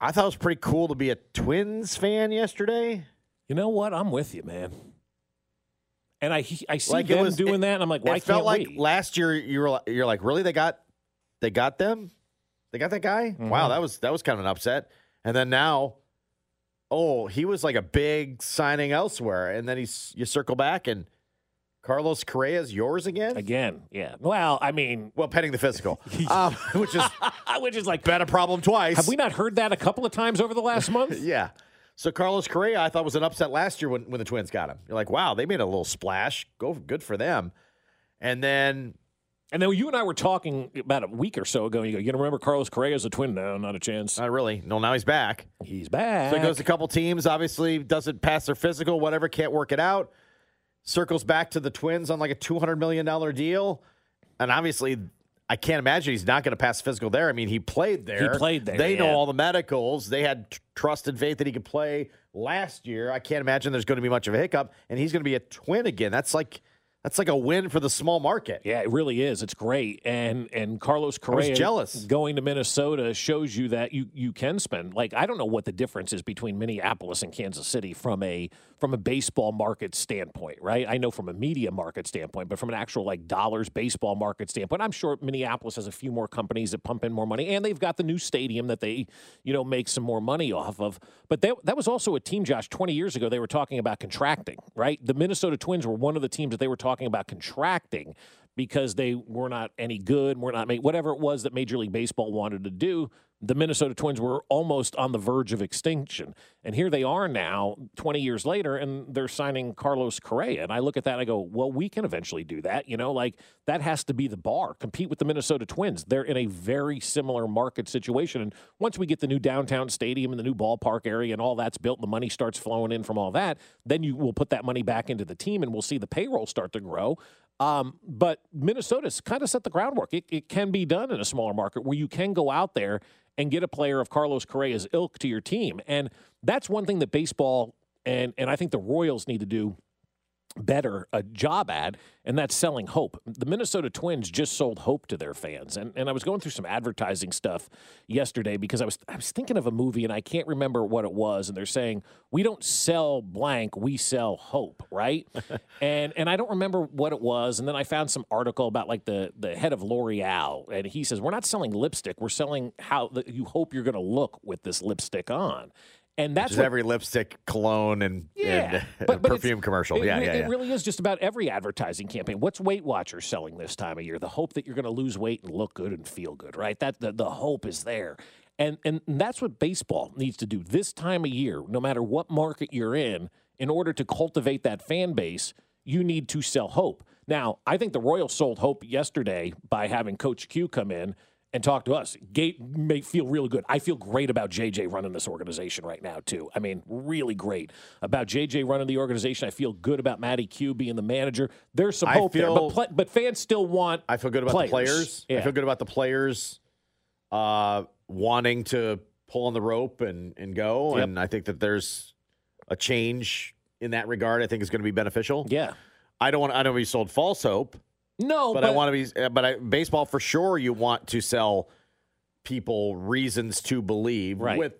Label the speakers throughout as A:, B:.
A: I thought it was pretty cool to be a Twins fan yesterday.
B: You know what? I'm with you, man. And I he- I see
A: Like, it
B: them
A: was-
B: doing
A: it-
B: that, and I'm like, why
A: it
B: can't
A: felt like
B: we?
A: last year you were li- you're like, really? They got they got them? They got that guy?
B: Mm-hmm.
A: Wow, that was that was kind of an upset. And then now, oh, he was like a big signing elsewhere. And then he's you circle back and Carlos Correa's yours again?
B: Again, yeah. Well, I mean,
A: Well, pending the physical. um, which is
B: which is like,
A: been a problem twice.
B: have we not heard that a couple of times over the last month?
A: Yeah. So Carlos Correa, I thought was an upset last year when, when the Twins got him. You're like, wow, they made a little splash. Go good for them. And then
B: And then you and I were talking about a week or so ago. And you go, you gonna remember Carlos Correa as a twin? No, not a chance.
A: not really. No, now he's back.
B: He's
A: Uh,
B: back.
A: So he goes to a couple teams. Obviously, doesn't pass their physical. Whatever, can't work it out. Circles back to the Twins on like a two hundred million dollar deal. And obviously, I can't imagine he's not going to pass physical there. I mean, he played there.
B: played there,
A: They know
B: yeah.
A: all the medicals. They had t- trust and faith that he could play last year. I can't imagine there's going to be much of a hiccup. And he's going to be a twin again. That's like that's like a win for the small market.
B: Yeah, it really is. It's great. And and Carlos Correa
A: jealous.
B: going to Minnesota shows you that you you can spend. Like I don't know what the difference is between Minneapolis and Kansas City from a from a baseball market standpoint, right? I know from a media market standpoint, but from an actual like dollars baseball market standpoint, I'm sure Minneapolis has a few more companies that pump in more money and they've got the new stadium that they, you know, make some more money off of. But that that was also a team Josh 20 years ago they were talking about contracting, right? The Minnesota Twins were one of the teams that they were talking about contracting because they were not any good, were not made, whatever it was that Major League Baseball wanted to do. The Minnesota Twins were almost on the verge of extinction. And here they are now, 20 years later, and they're signing Carlos Correa. And I look at that, I go, well, we can eventually do that. You know, like that has to be the bar. Compete with the Minnesota Twins. They're in a very similar market situation. And once we get the new downtown stadium and the new ballpark area and all that's built, the money starts flowing in from all that, then you will put that money back into the team and we'll see the payroll start to grow. Um, but Minnesota's kind of set the groundwork. It, it can be done in a smaller market where you can go out there and get a player of Carlos Correa's ilk to your team. And that's one thing that baseball and, and I think the Royals need to do better a job at, and that's selling hope. The Minnesota Twins just sold hope to their fans. And and I was going through some advertising stuff yesterday because I was I was thinking of a movie and I can't remember what it was and they're saying we don't sell blank, we sell hope, right? and and I don't remember what it was and then I found some article about like the the head of L'Oreal and he says we're not selling lipstick, we're selling how the, you hope you're going to look with this lipstick on. And that's
A: Just
B: what
A: every lipstick, cologne, and,
B: yeah.
A: and
B: But- but it's-
A: perfume commercial.
B: It,
A: yeah,
B: re-
A: yeah,
B: it
A: yeah.
B: really is just about every advertising campaign. What's Weight Watchers selling this time of year? The hope that you're going to lose weight and look good and feel good, right? That the, the hope is there. And and that's what baseball needs to do this time of year, no matter what market you're in, in order to cultivate that fan base, you need to sell hope. Now, I think the Royals sold hope yesterday by having Coach Q come in and talk to us. Gate may feel really good. I feel great about JJ running this organization right now too. I mean, really great about JJ running the organization. I feel good about Matty Q being the manager. There's some
A: I
B: hope there,
A: feel-
B: but pla- but fans still want.
A: I feel good about the
B: Players.
A: players.
B: Yeah.
A: I feel good about the players uh, wanting to pull on the rope and, and go.
B: Yep.
A: And I think that there's a change in that regard. I think is going to be beneficial.
B: yeah,
A: I don't want I don't want to be sold false hope,
B: no,
A: but, I want to be. uh, But I, baseball for sure, you want to sell people reasons to believe
B: Right.
A: with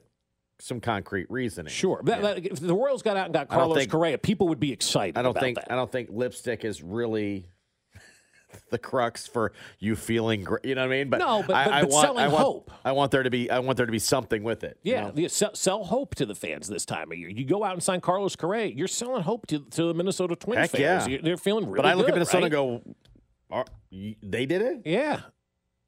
A: some concrete reasoning.
B: sure. That- that- if the Royals got out and got
A: I don't
B: Carlos
A: think-
B: Correa, people would be excited.
A: I don't
B: about
A: think
B: that.
A: I don't think lipstick is really the crux for you feeling great. You know what I mean? But
B: No, but-
A: I,
B: but-
A: I
B: but
A: want,
B: selling
A: I want,
B: hope.
A: I want there to be I want there to be something with it. you
B: Yeah,
A: know?
B: yeah, sell, sell hope to the fans this time of year. You go out and sign Carlos Correa, you're selling hope to, to the Minnesota Twins
A: Heck
B: fans.
A: yeah.
B: You- They're feeling really
A: but I look
B: good,
A: at Minnesota
B: right?
A: and go, Are, you, they did it.
B: Yeah.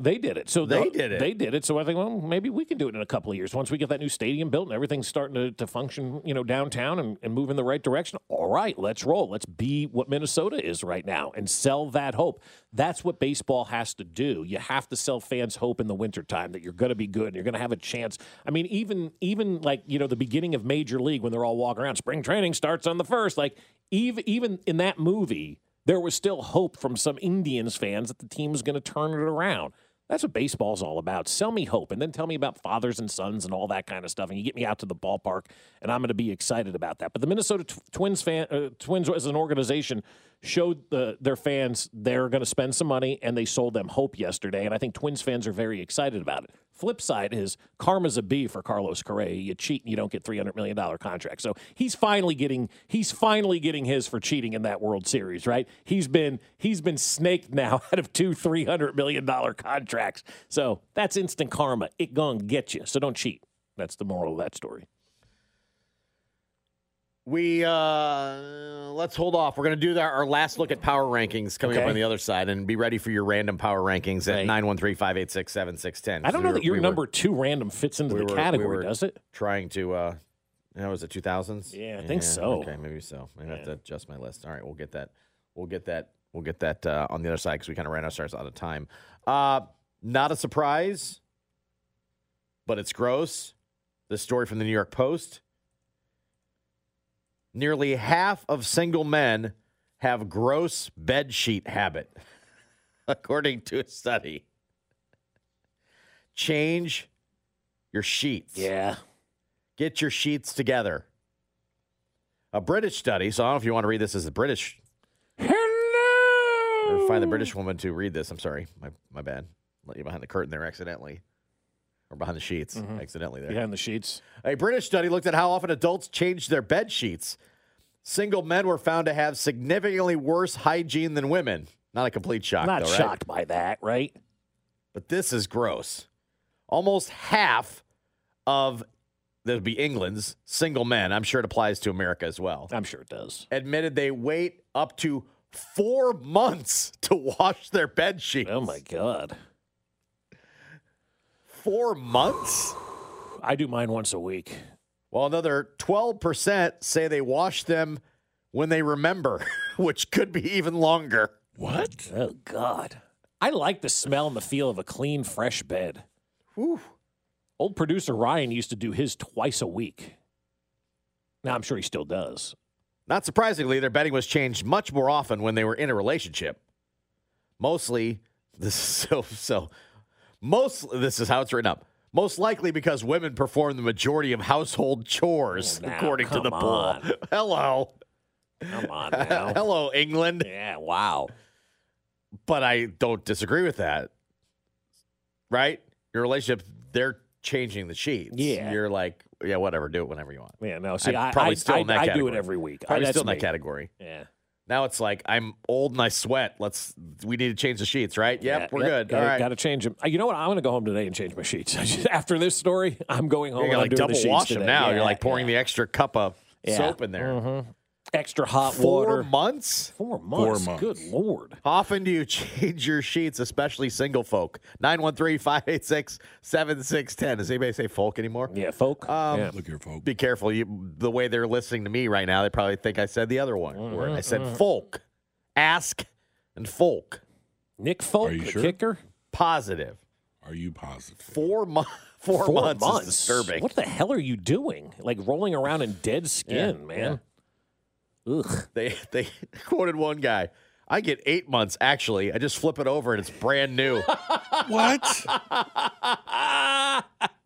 B: They did it. So
A: They
B: the-
A: did it.
B: They did it. So I think, well, maybe we can do it in a couple of years. Once we get that new stadium built and everything's starting to, to function, you know, downtown and, and move in the right direction. All right, let's roll. Let's be what Minnesota is right now and sell that hope. That's what baseball has to do. You have to sell fans hope in the wintertime that you're gonna be good and you're gonna have a chance. I mean, even even like, you know, the beginning of major league when they're all walking around, spring training starts on the first. Like even even in that movie there was still hope from some Indians fans that the team was going to turn it around. That's what baseball's all about. Sell me hope and then tell me about fathers and sons and all that kind of stuff. And you get me out to the ballpark and I'm going to be excited about that. But the Minnesota Tw- Twins fan, uh, Twins as an organization showed the, their fans they're going to spend some money and they sold them hope yesterday. And I think Twins fans are very excited about it. Flip side is karma's a B for Carlos Correa. You cheat and you don't get three hundred million dollar contract. So he's finally getting he's finally getting his for cheating in that World Series, right? He's been he's been snaked now out of two three hundred million dollar contracts. So that's instant karma. It gonna get you. So don't cheat. That's the moral of that story.
A: We uh, let's hold off. We're gonna do the, our last look at power rankings coming up
B: Okay.
A: on the other side, and be ready for your random power rankings at
B: Right.
A: nine one three five eight six seven six ten.
B: I don't know that your
A: we
B: number two random fits into
A: we
B: the
A: were- we
B: category,
A: were-
B: does it?
A: Were trying to. Uh, you know, was it two thousands?
B: Yeah, I think so.
A: Okay, maybe so. Maybe I have
B: Yeah.
A: to adjust my list. All right, we'll get that. We'll get that. We'll get that uh, on the other side because we kind of ran ourselves out of time. Uh, not a surprise, but it's gross. This story from the New York Post. Nearly half of single men have gross bed sheet habit, according to a study. Change your sheets
B: Yeah.
A: get your sheets together. A British study, so I don't know if you want to read this as a British
B: Hello.
A: or find the British woman to read this. I'm sorry, my my bad. Let you behind the curtain there accidentally, or behind the sheets accidentally there.
B: behind the sheets.
A: A British study looked at how often adults change their bed sheets. Single men were found to have significantly worse hygiene than women. Not a complete shock,
B: Not
A: though, right?
B: shocked by that, right?
A: But this is gross. Almost half of that would be England's single men. I'm sure it applies to America as well.
B: I'm sure it does.
A: admitted they wait up to four months to wash their bed sheets.
B: Oh my god.
A: Four months?
B: I do mine once a week.
A: Well, another 12% say they wash them when they remember, which could be even longer.
B: What? Oh god. I like the smell and the feel of a clean, fresh bed.
A: Whew.
B: Old producer Ryan used to do his twice a week. Now I'm sure he still does.
A: Not surprisingly, their bedding was changed much more often when they were in a relationship. Mostly, this is so so. Most this is how it's written up. Most likely because women perform the majority of household chores,
B: Oh, now,
A: according to
B: come
A: the poll.
B: on.
A: Hello,
B: Come on now.
A: hello, England.
B: yeah, wow.
A: but I don't disagree with that. Right? Your relationship, they're changing the sheets.
B: Yeah.
A: You're like, yeah, whatever, do it whenever you want.
B: Yeah, no, see,
A: I'm
B: I,
A: probably
B: I,
A: still
B: I,
A: in that
B: I do it
A: category.
B: every week. I,
A: Probably
B: that's
A: still in that
B: me.
A: category.
B: Yeah.
A: Now it's like I'm old and I sweat. Let's we need to change the sheets, right? Yep, we're good.
B: Gotta,
A: All right.
B: Gotta change them. You know what? I'm gonna go home today and change my sheets. I just- After this story, I'm going home.
A: You're
B: and
A: like
B: I'm doing the
A: double
B: sheets
A: wash them
B: today.
A: now.
B: Yeah,
A: You're like pouring
B: yeah.
A: the extra cup of
B: Yeah.
A: soap in there.
B: extra hot
A: Four
B: water.
A: months?
B: Four months.
C: months.
B: Good lord.
A: How often do you change your sheets, especially single folk? 913-586-7610. Does anybody say folk anymore?
B: Yeah, folk.
A: Um,
B: yeah.
C: Look here, folks.
A: be careful. You, the way they're listening to me right now, they probably think I said the other one
B: Mm-hmm.
A: word. I said folk, ask, and folk.
B: Nick Folk,
C: Are you
B: the
C: sure?
B: kicker.
A: Positive.
C: Are you positive?
A: Four, mo- four,
B: Four
A: months, is disturbing.
B: What the hell are you doing? Like rolling around in dead skin,
A: Yeah,
B: man. Ugh.
A: They they quoted one guy. I get eight months actually. I just flip it over and it's brand new.
C: What?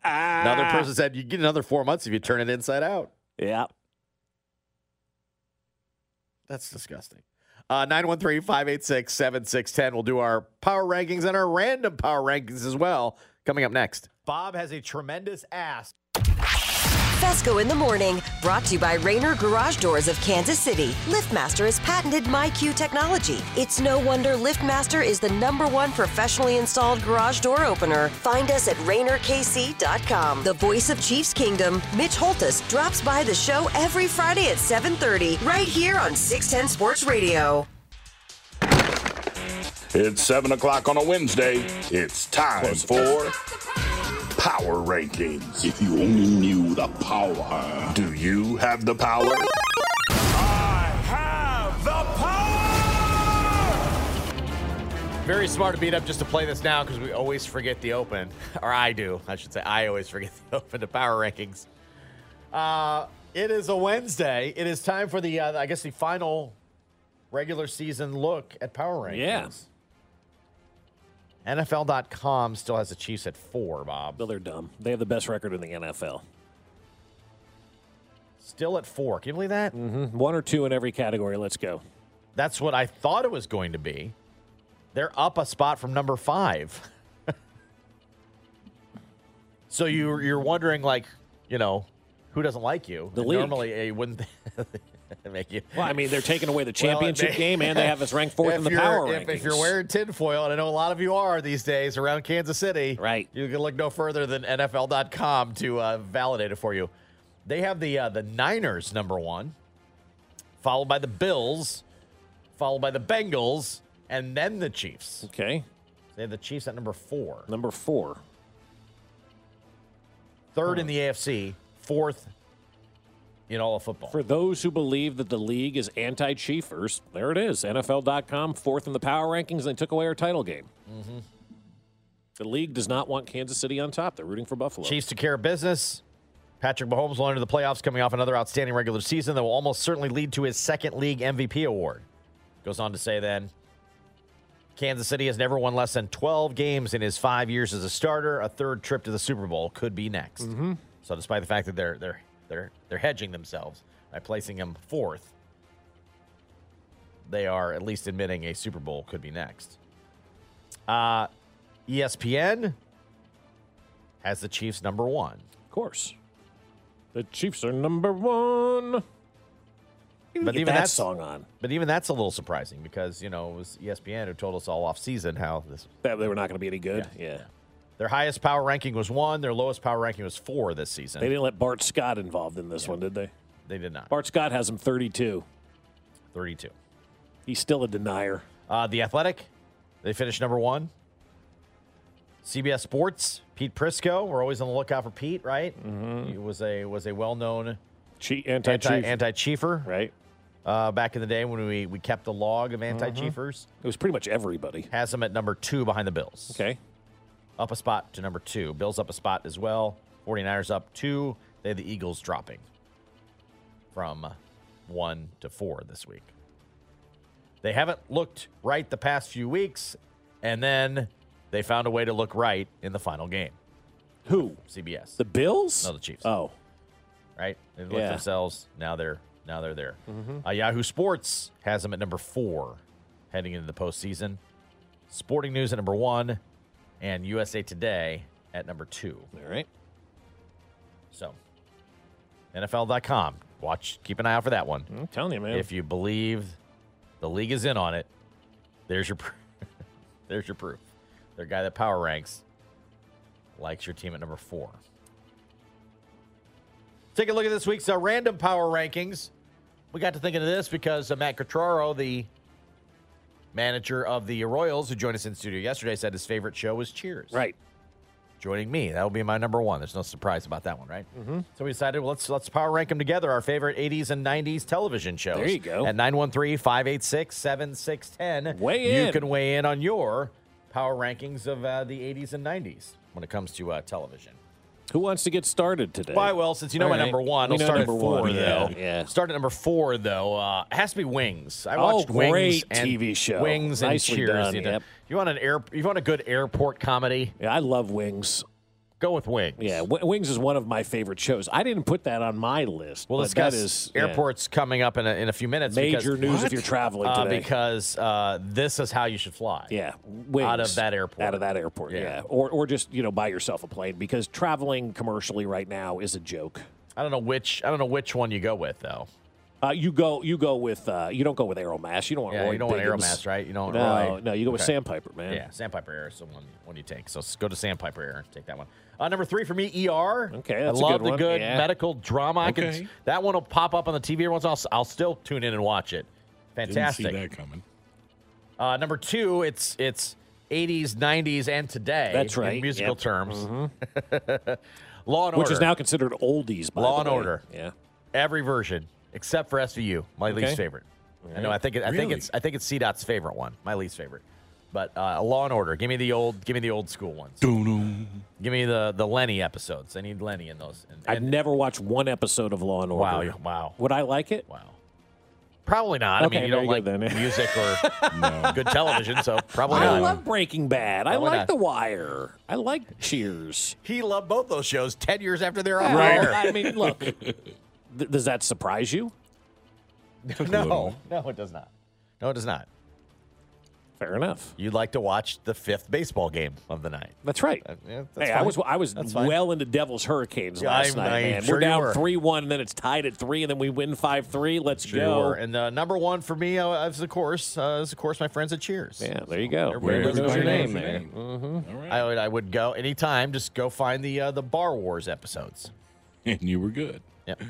A: another person said you get another four months if you turn it inside out.
B: Yeah.
A: That's disgusting. Uh, 913-586-7610. We'll do our power rankings and our random power rankings as well coming up next. Bob has a tremendous ass.
D: Fesco in the morning, brought to you by Rainer Garage Doors of Kansas City. LiftMaster has patented MyQ technology. It's no wonder LiftMaster is the number one professionally installed garage door opener. Find us at RainerKC.com. The voice of Chiefs Kingdom, Mitch Holtus, drops by the show every Friday at 7:30, right here on 610 Sports Radio.
E: It's 7 o'clock on a Wednesday. It's time for Power Rankings. If you only knew the power. Do you have the power? I have the power!
A: Very smart of me up just to play this now because we always forget the open, or I do, I should say. I always forget the open to power rankings. Uh, it is a Wednesday. It is time for the, uh, I guess, the final regular season look at power rankings.
B: Yeah.
A: NFL.com still has the Chiefs at four, Bob.
B: Well, they're dumb. They have the best record in the NFL.
A: Still at four. Can you believe that?
B: One or two in every category. Let's go.
A: That's what I thought it was going to be. They're up a spot from number five. So you you're wondering like, you know, who doesn't like you?
B: The
A: And
B: league.
A: Normally, a wouldn't make you.
B: Well, I mean, they're taking away the
A: Well, it
B: championship
A: may-
B: game, and they have us ranked fourth
A: If
B: in the
A: you're-
B: power
A: if,
B: rankings.
A: if you're wearing tinfoil, and I know a lot of you are these days around Kansas City,
B: Right.
A: You can look no further than NFL.com to uh, validate it for you. They have the uh, the Niners number one, followed by the Bills, followed by the Bengals, and then the Chiefs.
B: okay,
A: They have the Chiefs at number four,
B: number four.
A: third in the AFC, fourth in all of football.
B: For those who believe that the league is anti-Chiefers, there it is. NFL.com fourth in the power rankings. And they took away our title game.
A: Mm-hmm.
B: The league does not want Kansas City on top. They're rooting for Buffalo.
A: Chiefs to care of business. Patrick Mahomes will enter the playoffs coming off another outstanding regular season that will almost certainly lead to his second league MVP award. Goes on to say then Kansas City has never won less than 12 games in his five years as a starter. A third trip to the Super Bowl could be next. So despite the fact that they're they're they're they're hedging themselves by placing him fourth, they are at least admitting a Super Bowl could be next. Uh, ESPN has the Chiefs number one.
B: Of course, the Chiefs are number one.
A: But
B: Get
A: even
B: that
A: that's-
B: song on
A: But even that's a little surprising because, you know, it was E ESPN who told us all off season how this
B: that they were not going to be any good. Yeah.
A: their highest power ranking was one, their lowest power ranking was four this season.
B: they didn't let Bart Scott involved in this one, did they?
A: They did not.
B: Bart Scott has him 32.
A: 32.
B: He's still a denier.
A: Uh, the Athletic, they finished number one. CBS Sports, Pete Prisco. We're always on the lookout for Pete, right?
B: Mm-hmm.
A: He was a was a well known
B: Che- anti
A: anti
B: Chief,
A: anti chiefer
B: right?
A: uh, back in the day when we, we kept the log of
B: Mm-hmm.
A: anti chiefers.
B: It was pretty much everybody.
A: Has them at number two behind the Bills.
B: Okay.
A: up a spot to number two. Bills up a spot as well. 49ers up two. They had the Eagles dropping from one to four this week. They haven't looked right the past few weeks, and then they found a way to look right in the final game.
B: Who?
A: CBS,
B: The Bills?
A: No, the Chiefs.
B: Oh,
A: right? They looked
B: Yeah. Mm-hmm.
A: themselves. Now they're now they're there. Uh, Yahoo Sports has them at number four, heading into the postseason. Sporting News at number one, and USA Today at number two.
B: all right.
A: So, NFL.com. Watch, keep an eye out for that one.
B: I'm telling you, man.
A: If you believe the league is in on it, there's your pr- there's your proof. Their guy that power ranks likes your team at number four. Take a look at this week's uh, random power rankings. We got to thinking of this because uh, Matt Cotraro, the manager of the Royals, who joined us in studio yesterday, said his favorite show was Cheers
B: right.
A: joining me. That will be my number one. There's no surprise about that one, right? Mm-hmm. So we decided well, let's let's power rank them together. Our favorite 80s and 90s television shows.
B: There you go.
A: At 913-586-7610.
B: Weigh
A: You
B: in.
A: can weigh in on your power rankings of uh, the 80s and 90s when it comes to uh, television.
B: Who wants to get started today?
A: Why? Well, since you know
B: All
A: my
B: right.
A: number one,
B: We
A: we'll
B: know
A: start at
B: number
A: four
B: one, yeah,
A: though.
B: yeah.
A: Start at number four though. Uh, it has to be Wings. I
B: Oh,
A: watched Wings
B: great
A: and
B: TV show.
A: Wings and
B: Nicely
A: Cheers.
B: done,
A: you, know.
B: yep.
A: you want an air? You want a good airport comedy?
B: Yeah, I love Wings.
A: Go with Wings.
B: Yeah, w- Wings is one of my favorite shows. I didn't put that on my list.
A: We'll
B: but
A: discuss
B: that is yeah,
A: airports coming up in a, in a few minutes.
B: major
A: because,
B: news if
C: What?
B: you're traveling
A: uh,
B: today.
A: because uh, this is how you should fly.
B: yeah, Wings
A: out of that airport.
B: Out of that airport.
A: Yeah.
B: Yeah. or or just you know buy yourself a plane because traveling commercially right now is a joke.
A: I don't know which I don't know which one you go with though.
B: Uh, you go you go with uh, you don't go with Aeromass. You don't want
A: Yeah,
B: Roy
A: you don't want
B: Biggins.
A: Aeromass, right? You don't
B: No,
A: really-
B: no, you go with
A: Okay.
B: Sandpiper, man.
A: Yeah, Sandpiper Air is the one one you take. So s- go to Sandpiper Air and take that one. Uh, number three for me, ER.
B: Okay,
A: I
B: that's a
A: love
B: good
A: the
B: one.
A: good
B: Yeah.
A: medical drama. I can,
C: Okay.
A: that one will pop up on the TV every once. in a while. I'll, I'll still tune in and watch it.
C: Didn't see
A: Fantastic.
C: that coming.
A: Uh, number two, it's it's 80s, 90s, and today.
B: That's right,
A: In musical
B: yep. Mm-hmm.
A: terms. Law and
B: Which
A: Order.
B: is now considered oldies. By
A: Law and
B: the way.
A: Order.
B: Yeah.
A: Every version except for SVU, my least
B: Okay.
A: favorite. I know. I think. It, I think
C: Really?
A: it's. I think it's CDOT's favorite one. My least favorite. But uh, Law and Order. Give me the old. Give me the old school ones.
C: Doo-doo.
A: Give me the the Lenny episodes. I need Lenny in those. And,
B: I've
A: and-
B: never watched one episode of Law and Order.
A: wow. you- Wow.
B: Would I like it?
A: Wow. Probably not. I
B: Okay,
A: mean, you
B: there
A: don't
B: you
A: like
B: go then.
A: music or
C: No.
A: good television, so probably
B: I
A: not.
B: love Breaking Bad. I
A: Probably
B: like
A: not.
B: The Wire. I like Cheers.
A: he loved both those shows ten years after they're on
B: Well,
A: air.
B: I mean, look. th- does that surprise you?
C: Took a
A: No,
C: little.
A: no, it does not. No, it does not.
B: Fair enough.
A: You'd like to watch the fifth baseball game of the night.
B: That's right.
A: Uh, yeah, that's
B: Hey, I
A: fine.
B: was I was
A: That's fine.
B: well into Devil's Hurricanes
A: Yeah,
B: last
A: I'm-
B: night,
A: I'm
B: man.
A: sure
B: we're
A: you
B: down
A: were.
B: three one, and then it's tied at three, and then we win five three. Let's go.
A: Sure. And uh, number one for me uh, is, of course, uh, is of course my friends at Cheers.
B: yeah, there you go.
A: Everybody
B: Everybody knows your
A: everybody
B: name
A: knows
B: there.
C: All right.
A: I would I would go anytime. Just go find the uh, the Bar Wars episodes.
C: and you were good.
A: Yep.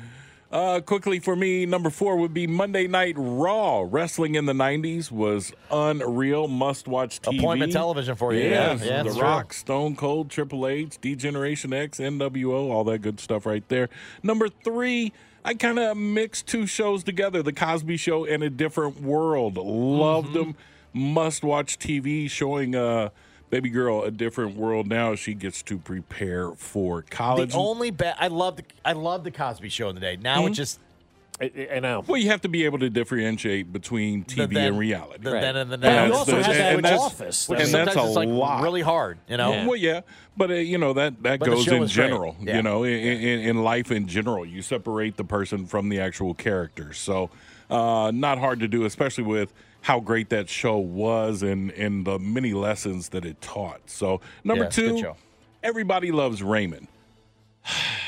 C: Uh, quickly for me, number four would be Monday Night Raw. Wrestling in the '90s was unreal. Must-watch TV.
A: Appointment television for you.
C: Yes,
A: Yeah, yeah,
C: The
A: it's true.
C: Rock, Stone Cold, Triple H, D Generation X, NWO, all that good stuff right there. Number three, I kind of mixed two shows together The Cosby Show and A Different World. Loved
A: Mm-hmm.
C: them. Must watch TV showing uh, Baby Girl A Different World now. She gets to prepare for
A: The
C: college.
A: only bet I love the I love the Cosby Show in the day. Now
C: Mm-hmm.
A: it's just
B: I, I- I know.
C: well, you have to be able to differentiate between TV
A: the then-
C: and reality.
A: The
B: Right.
A: then and the
B: And
A: now.
B: you
C: That's
B: also
C: the-
B: have that
C: and
B: with
C: that's-
B: office.
C: and
A: Which
B: That's-
C: that's
A: sometimes is
C: a
A: like
C: lot.
A: really hard, you know.
B: Yeah.
C: Well, yeah, but uh, you know that that
A: But the
C: goes
A: show
C: in
A: is great.
C: general.
A: Yeah.
C: You know, in, in, in life in general, you separate the person from the actual character. So, uh, not hard to do, especially with how great that show was and and the many lessons that it taught. So, number
A: Yeah, it's a good
C: two,
A: show.
C: everybody loves Raymond.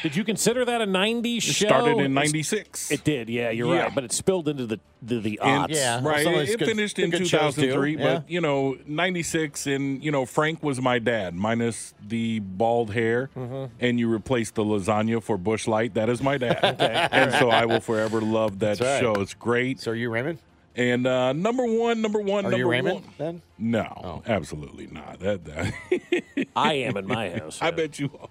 B: Did you consider that a '90s
C: It
B: show?
C: started in
B: It's-
C: '96.
B: It did. Yeah, you're
C: Yeah.
B: right. But it spilled into the the, the
C: And-
B: odds.
A: yeah. well,
C: right.
A: some of
C: it
A: these
C: it
A: good-
C: finished
A: the
C: in
A: good shows do,
C: 2003,
A: yeah.
C: but you know, 96, and you know, Frank was my dad, minus the bald hair,
A: Mm-hmm.
C: and you replaced the lasagna for Bush Light. That is my dad, and so I will forever love that
A: That's right.
C: show. It's great.
A: So are you Raymond?
C: And uh, number one, number one,
A: Are
C: number
A: you Raymond Oh.
C: one.
A: then?
C: No, absolutely not. That, that
B: I am in my house.
C: I
B: man.
C: bet you are.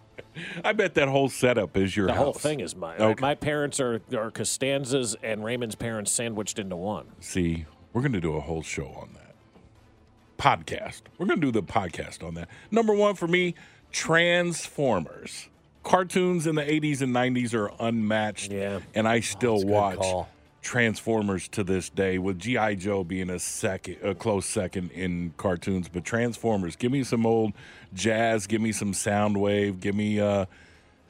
C: I bet that whole setup is your
B: the
C: house.
B: whole thing is mine.
C: Okay.
B: My parents are are Costanzas and Raymond's parents sandwiched into one.
C: See, we're going to do a whole show on that. Podcast. We're going to do the podcast on that. Number one for me Transformers. Cartoons in the 80s and 90s are unmatched.
B: Yeah.
C: And I still
A: good
C: watch
A: call.
C: Transformers to this day, with G.I. Joe being a second, a close second in cartoons. But Transformers, give me some old jazz, give me some Soundwave, give me. Uh,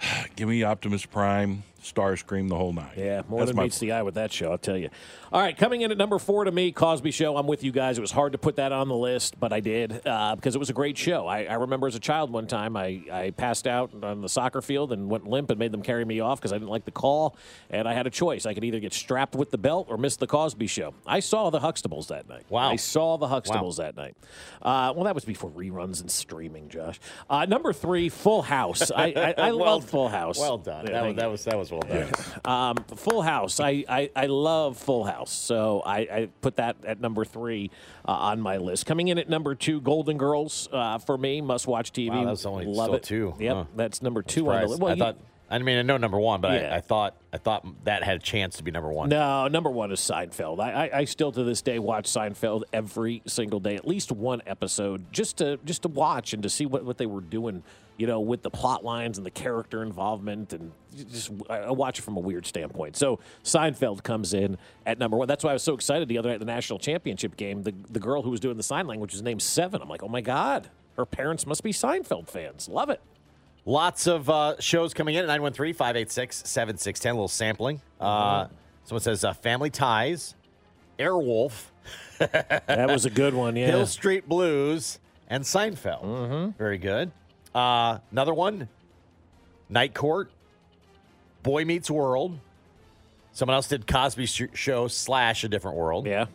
C: Give me Optimus Prime, Starscream, the whole nine.
B: Yeah, more
C: That's
B: than
C: my
B: meets the eye with that show, I'll tell you. All right, coming in at number four to me, Cosby Show. I'm with you guys. It was hard to put that on the list, but I did uh, because it was a great show. I, I remember as a child one time I, I passed out on the soccer field and went limp and made them carry me off because I didn't like the call, and I had a choice. I could either get strapped with the belt or miss the Cosby Show. I saw the Huxtables that night.
A: Wow.
B: I saw the Huxtables that night. Uh, well, that was before reruns and streaming, Josh. Uh, number three, Full House. I, I, I love Full House.
A: Well done.
B: Yeah,
A: that, was,
B: thank you.
A: that was that was well done.
B: Um, Full House. I, I, I love Full House. So I, I put that at number three uh, on my list. Coming in at number two, Golden Girls uh, for me. Must watch TV.
A: Wow, that's only
B: love
A: still
B: it.
A: two,
B: Yep,
A: huh.
B: that's number two on the
A: Surprised.
B: list. Well,
A: I
B: you-
A: thought. I mean, I know number one, but
B: Yeah.
A: I, I thought I thought that had a chance to be number one.
B: no, number one is Seinfeld. I, I, I still to this day watch Seinfeld every single day, at least one episode, just to just to watch and to see what, what they were doing, you know, with the plot lines and the character involvement, and just I, I watch it from a weird standpoint. So Seinfeld comes in at number one. That's why I was so excited the other night at the national championship game. The the girl who was doing the sign language was named Seven. I'm like, oh my god, her parents must be Seinfeld fans. Love it.
A: Lots of uh, shows coming in at 913 586 7610. A little sampling.
B: Mm-hmm.
A: Uh, Someone says uh, Family Ties, Airwolf,
B: That was a good one. Yeah. Mm-hmm.
A: Hill Street Blues, and Seinfeld. Very good. Uh, another one Night Court, Boy Meets World. Someone else did Cosby Sh- Show slash A Different World.
B: yeah.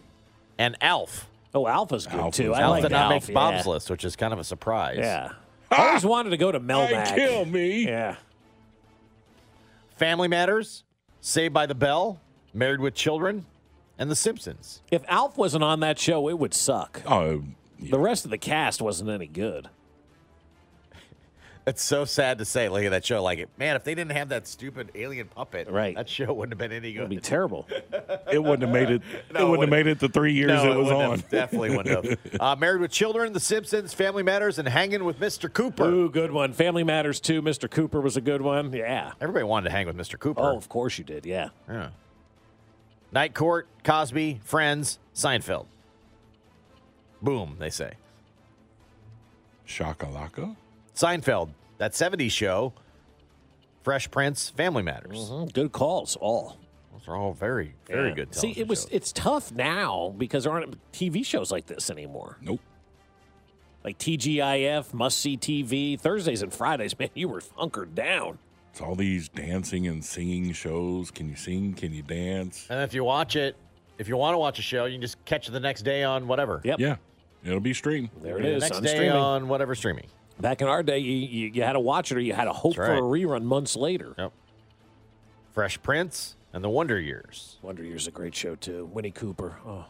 A: And Alf.
B: Oh, Alpha's good
C: Alpha's-
B: too. I
A: Alf
B: like
A: did not
B: Alpha,
A: make Bob's
B: yeah.
A: list, which is kind of a surprise.
B: Yeah. I always wanted to go to Melmac.
C: Hey, kill me.
B: Yeah.
A: Family Matters, Saved by the Bell, Married with Children, and The Simpsons.
B: If Alf wasn't on that show, it would suck.
C: Oh,
B: The rest of the cast wasn't any good.
A: It's so sad to say. Look at that show. Like, it, man, if they didn't have that stupid alien puppet,
B: Right.
A: that show wouldn't have been any
B: It would be
A: good.
B: terrible.
C: it wouldn't have made it.
A: No,
C: it
A: it
C: wouldn't have
A: wouldn't.
C: made it the three years it was
A: wouldn't
C: on.
A: have. definitely wouldn't have. Uh, Married with Children, The Simpsons, Family Matters, and Hanging with Mr. Cooper.
B: Ooh, good one. Family Matters too. Mr. Cooper was a good one. Yeah.
A: Everybody wanted to hang with Mr. Cooper.
B: Oh, of course you did. Yeah.
A: Yeah. Night Court, Cosby, Friends, Seinfeld. Boom, they say.
C: Shakalaka.
A: Seinfeld, that 70s show, Fresh Prince, Family Matters.
B: Mhm. Mm, Good calls all.
A: Those They're all very, very
B: Mm-hmm. Yeah.
A: good.
B: See, it was
A: television
B: it's tough now because there aren't TV shows like this anymore.
C: Nope.
B: Like TGIF, Must See TV, Thursdays and Fridays. Man, you were hunkered down.
C: It's all these dancing and singing shows. Can you sing? Can you dance?
A: shows. And if you watch it, if you want to watch a show, you can just catch it the next day on whatever.
B: Yep.
C: Yeah, it'll be streamed.
B: There it
A: The
B: is
A: next
B: on
A: day
B: streaming.
A: on whatever streaming.
B: Back in our day, you, you, you had to watch it or you had to hope
A: That's
B: for a
A: right.
B: rerun months later.
A: Yep. Fresh Prince and The Wonder Years.
B: Wonder Years a great show too. Winnie Cooper. Oh,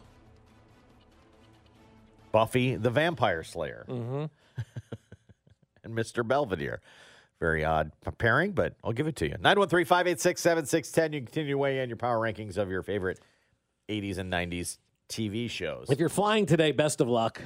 A: Buffy the Vampire Slayer.
B: Mm-hmm.
A: and Mr. Belvedere. Very odd p- pairing, but I'll give it to you. 913 586 7610. You continue to weigh in your power rankings of your favorite 80s and 90s TV shows.
B: if you're flying today, best of luck.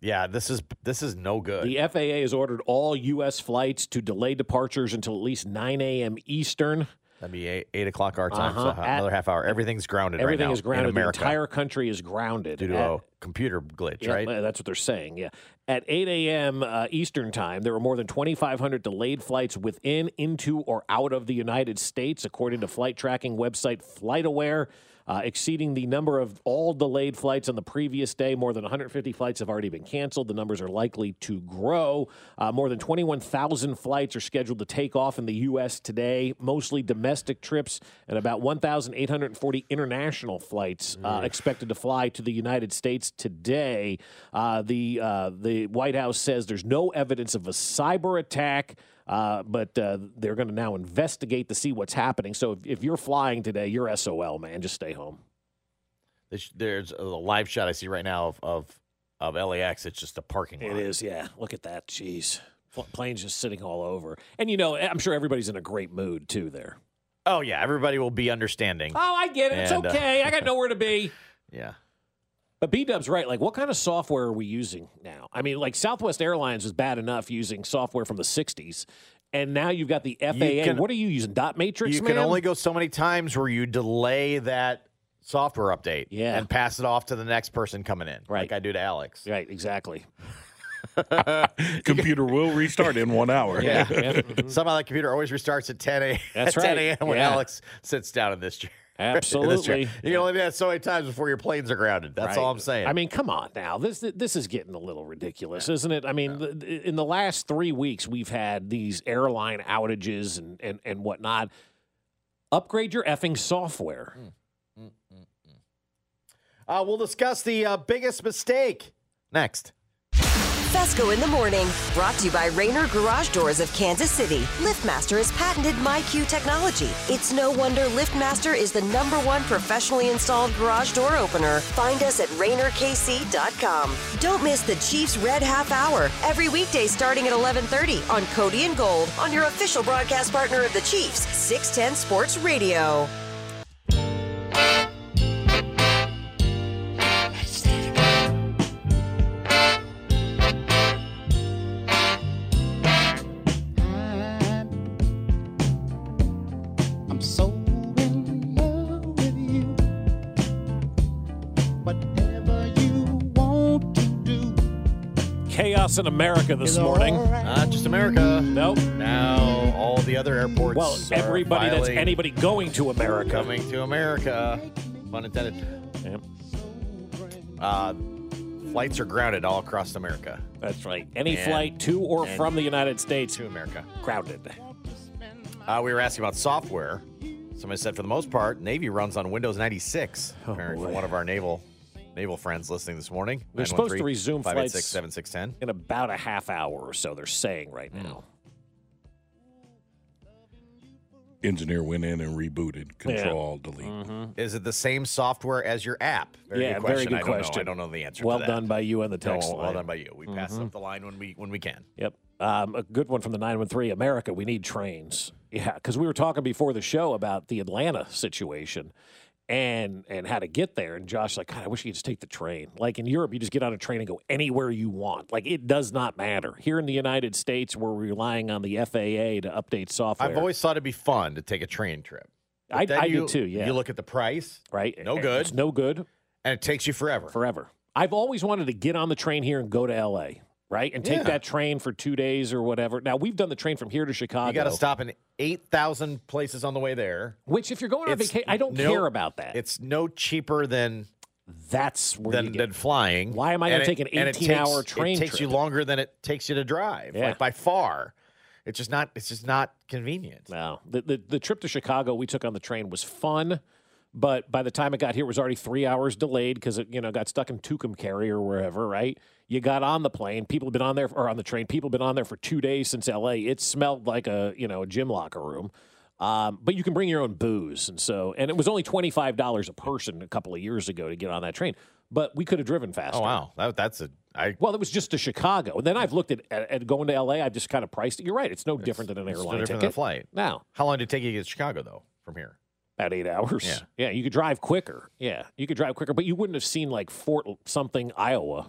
A: Yeah, this is this is no good.
B: The FAA has ordered all U.S. flights to delay departures until at least 9 a.m. Eastern.
A: That'd be eight, eight o'clock our time,
B: Uh-huh.
A: so uh,
B: At-
A: another half hour. Everything's grounded right
B: Everything
A: now
B: is grounded.
A: in
B: The
A: America
B: entire country is grounded
A: due to
B: At-
A: a computer glitch,
B: Yeah,
A: right?
B: uh, that's what they're saying. Yeah. At 8 a.m. Uh, Eastern Time, there were more than 2,500 delayed flights within, into, or out of the United States, according to flight tracking website FlightAware, uh, exceeding the number of all delayed flights on the previous day. More than 150 flights have already been canceled. The numbers are likely to grow. Uh, more than 21,000 flights are scheduled to take off in the U.S. today, mostly domestic trips, and about 1,840 international flights uh, expected to fly to the United States today. Uh, the uh, the White House says there's no evidence of a cyber attack. Uh, but uh, they're going to now investigate to see what's happening. So if, if you're flying today, you're SOL, man. Just stay home.
A: There's- There's a live shot I see right now of of, of LAX. It's just a parking lot.
B: It is, yeah. Look at that. Jeez. Pl- Planes just sitting all over. And, you know, I'm sure everybody's in a great mood, too, there.
A: Oh yeah, everybody will be understanding.
B: Oh, I get it. It's
A: And, uh,
B: okay. I got nowhere to be.
A: Yeah,
B: But B Dub's right. Like, what kind of software are we using now? I mean, like Southwest Airlines was bad enough using software from the '60s, and now you've got the FAA.
A: can-
B: what are you using? Dot matrix.
A: you can
B: man?
A: only go so many times where you delay that software update.
B: Yeah.
A: and pass it off to the next person coming in.
B: Right.
A: like I do to Alex.
B: right. Exactly.
C: Computer will restart in one hour.
A: Yeah. Somehow that computer always restarts at 10 a.m.
B: Mm-hmm. That's
A: at 10
B: right.
A: a.m. when
B: Yeah.
A: Alex sits down in this chair. In this chair.
B: Absolutely.
A: You can only do that so many times before your planes are grounded. That's all
B: Right.
A: I'm saying.
B: I mean, come on now. This this is getting a little ridiculous, isn't it? I mean, th- th- in the last three weeks, we've had these airline outages and and and whatnot. Upgrade your effing software.
A: Hmm. Uh, we'll discuss the uh, biggest mistake next.
D: Fesco in the morning, brought to you by Rainer Garage Doors of Kansas City. LiftMaster has patented MyQ technology. It's no wonder LiftMaster is the number one professionally installed garage door opener. Find us at RainerKC.com. Don't miss the Chiefs Red Half Hour every weekday starting at 11:30 on Cody and Gold on your official broadcast partner of the Chiefs, 610 Sports Radio.
F: I'm so in love with you. Whatever you want to do.
B: Chaos in America this
F: is
B: morning.
F: alright.
A: Not just America.
B: Nope.
A: Now all the other airports.
B: Well,
A: are
B: everybody that's
A: finally
B: anybody going to America.
A: coming to America. Pun intended. Uh, flights are grounded all across America.
B: That's right. Any
A: And-
B: flight to or from the United States
A: To America.
B: crowded.
A: Uh, we were asking about software. Somebody said, for the most part, Navy runs on Windows 96. apparently, from
B: Oh, boy.
A: one of our naval naval friends listening this morning.
B: They're supposed to resume flights-
A: 586 7610.
B: In about a half hour or so, they're saying right
A: Hmm.
B: now.
C: Engineer went in and rebooted.
B: Yeah.
C: Control Delete.
A: Is it the same software as your app? Very
B: Yeah,
A: good
B: very
A: question.
B: good
A: I don't know.
B: question.
A: I don't know the answer.
B: Well
A: to that.
B: done Mm-hmm. by you and the
A: No,
B: text
A: well
B: line.
A: done by you. We pass up the line when we when we can.
B: Yep. Um, a good one from the 913 America. We need trains. Yeah. Because we were talking before the show about the Atlanta situation and and how to get there. And Josh, like, God, I wish you could just take the train. Like in Europe, you just get on a train and go anywhere you want. Like it does not matter. Here in the United States, we're relying on the FAA to update software.
A: I've always thought it'd be fun to take a train trip. But
B: I,
A: then
B: I do
A: you-
B: too. Yeah.
A: You look at the price,
B: right.
A: no
B: It-
A: good.
B: It's no good
A: and it takes you forever.
B: forever. I've always wanted to get on the train here and go to LA. right? And take
A: Yeah.
B: that train for two days or whatever. Now we've done the train from here to Chicago.
A: You got to stop in 8,000 places on the way there.
B: Which, if you're going on
A: It's
B: vacation, I don't
A: no-
B: care about that.
A: It's no cheaper than
B: That's Eh. where you
A: than,
B: get.
A: than flying.
B: Why am I
A: And
B: gonna
A: it-
B: take an
A: and it takes-
B: 18-hour train
A: It takes you
B: trip?
A: longer than it takes you to drive.
B: Yeah.
A: Like by far. It's just not it's just not convenient.
B: No, the, the the trip to Chicago we took on the train was fun, but by the time it got here, it was already three hours delayed because it you know got stuck in Tucumcari or wherever. Right? You got on the plane. People have been on there or on the train. People have been on there for two days since L.A. It smelled like a you know a gym locker room. Um, but you can bring your own booze, and so and it was only twenty five dollars a person a couple of years ago to get on that train. But we could have driven faster.
A: Oh wow. That, that's a I
B: Well, it was just to Chicago, and then I've looked at, at, at going to LA. I've just kind of priced it. You're right; it's no different than an
A: it's no
B: airline
A: different than a
B: ticket.
A: flight.
B: Now,
A: How long did it take you to get to Chicago though from here?
B: about eight hours.
A: Yeah.
B: you could drive quicker. Yeah, you could drive quicker, but you wouldn't have seen like Fort something, Iowa,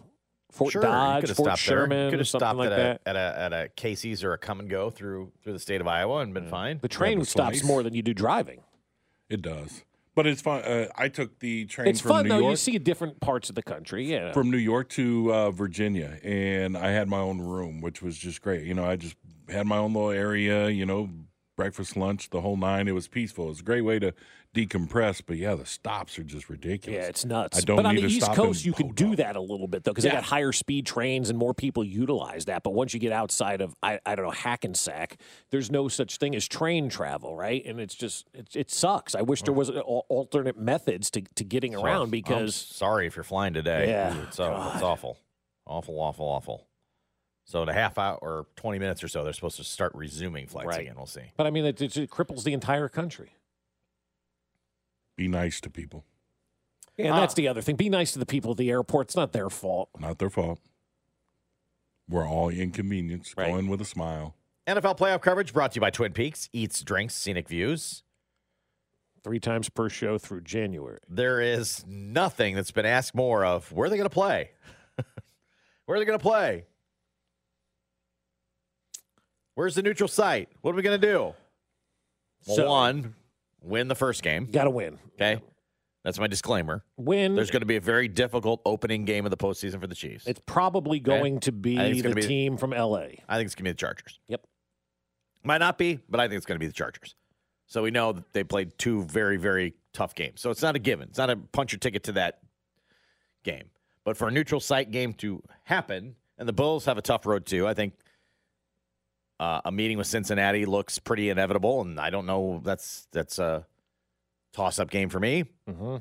B: Fort
A: sure,
B: Dodge,
A: could have
B: Fort
A: stopped
B: Sherman,
A: there. Could
B: or
A: have
B: something
A: stopped
B: like that.
A: at, a, at a at a Casey's or a come and go through through the state of Iowa and been
B: Mm.
A: fine.
B: The train
C: but
B: stops
C: twice.
B: more than you do driving.
C: It does, but it's fun. Uh, I took the train
B: It's
C: from
B: fun
C: New
B: though.
C: York.
B: You see different parts of the country. Yeah,
C: from New York to uh, Virginia, and I had my own room, which was just great. You know, I just had my own little area. You know, breakfast, lunch, the whole nine. It was peaceful. It was a great way to decompress. But yeah, the stops are just ridiculous.
B: yeah, it's nuts.
C: I don't
B: but on
C: need
B: the
C: to
B: East
C: stop
B: Coast,
C: and
B: you can
C: hold
B: do
C: up.
B: that a little bit though, because
C: Yeah.
B: they got higher speed trains and more people utilize that. But once you get outside of I, I don't know Hackensack, there's no such thing as train travel, right? And it's just it, it sucks. I wish there was uh, al- alternate methods to, to getting
A: Well,
B: around
A: I'm
B: because
A: sorry if you're flying today.
B: Yeah,
A: Ooh, it's, aw- it's awful, awful, awful, awful. So in a half hour or twenty minutes or so, they're supposed to start resuming flights
B: Right.
A: again. We'll see.
B: But I mean, it, it, cripples the entire country.
C: Be nice to people.
B: And that's the other thing. Be nice to the people at the airport. It's not their fault.
C: Not their fault. We're all inconvenienced.
B: Right.
C: Go in with a smile.
A: NFL playoff coverage brought to you by Twin Peaks Eats, Drinks, Scenic Views.
B: Three times per show through January.
A: There is nothing that's been asked more of where are they going to play? where are they going to play? Where's the neutral site? What are we going to do? Well,
B: So-
A: one, win the first game.
B: Got to win.
A: Okay, that's my disclaimer.
B: Win.
A: There's going to be a very difficult opening game of the postseason for the Chiefs.
B: it's probably going to be
A: I think it's
B: the
A: gonna be-
B: team from L.A.
A: I think it's going to be the Chargers.
B: Yep.
A: Might not be, but I think it's going to be the Chargers. So we know that they played two very, very tough games. So it's not a given. It's not a punch your ticket to that game. But for a neutral site game to happen, and the Bulls have a tough road too, I think uh, a meeting with Cincinnati looks pretty inevitable. And I don't know. That's that's a toss up game for me.
B: Mm-hmm.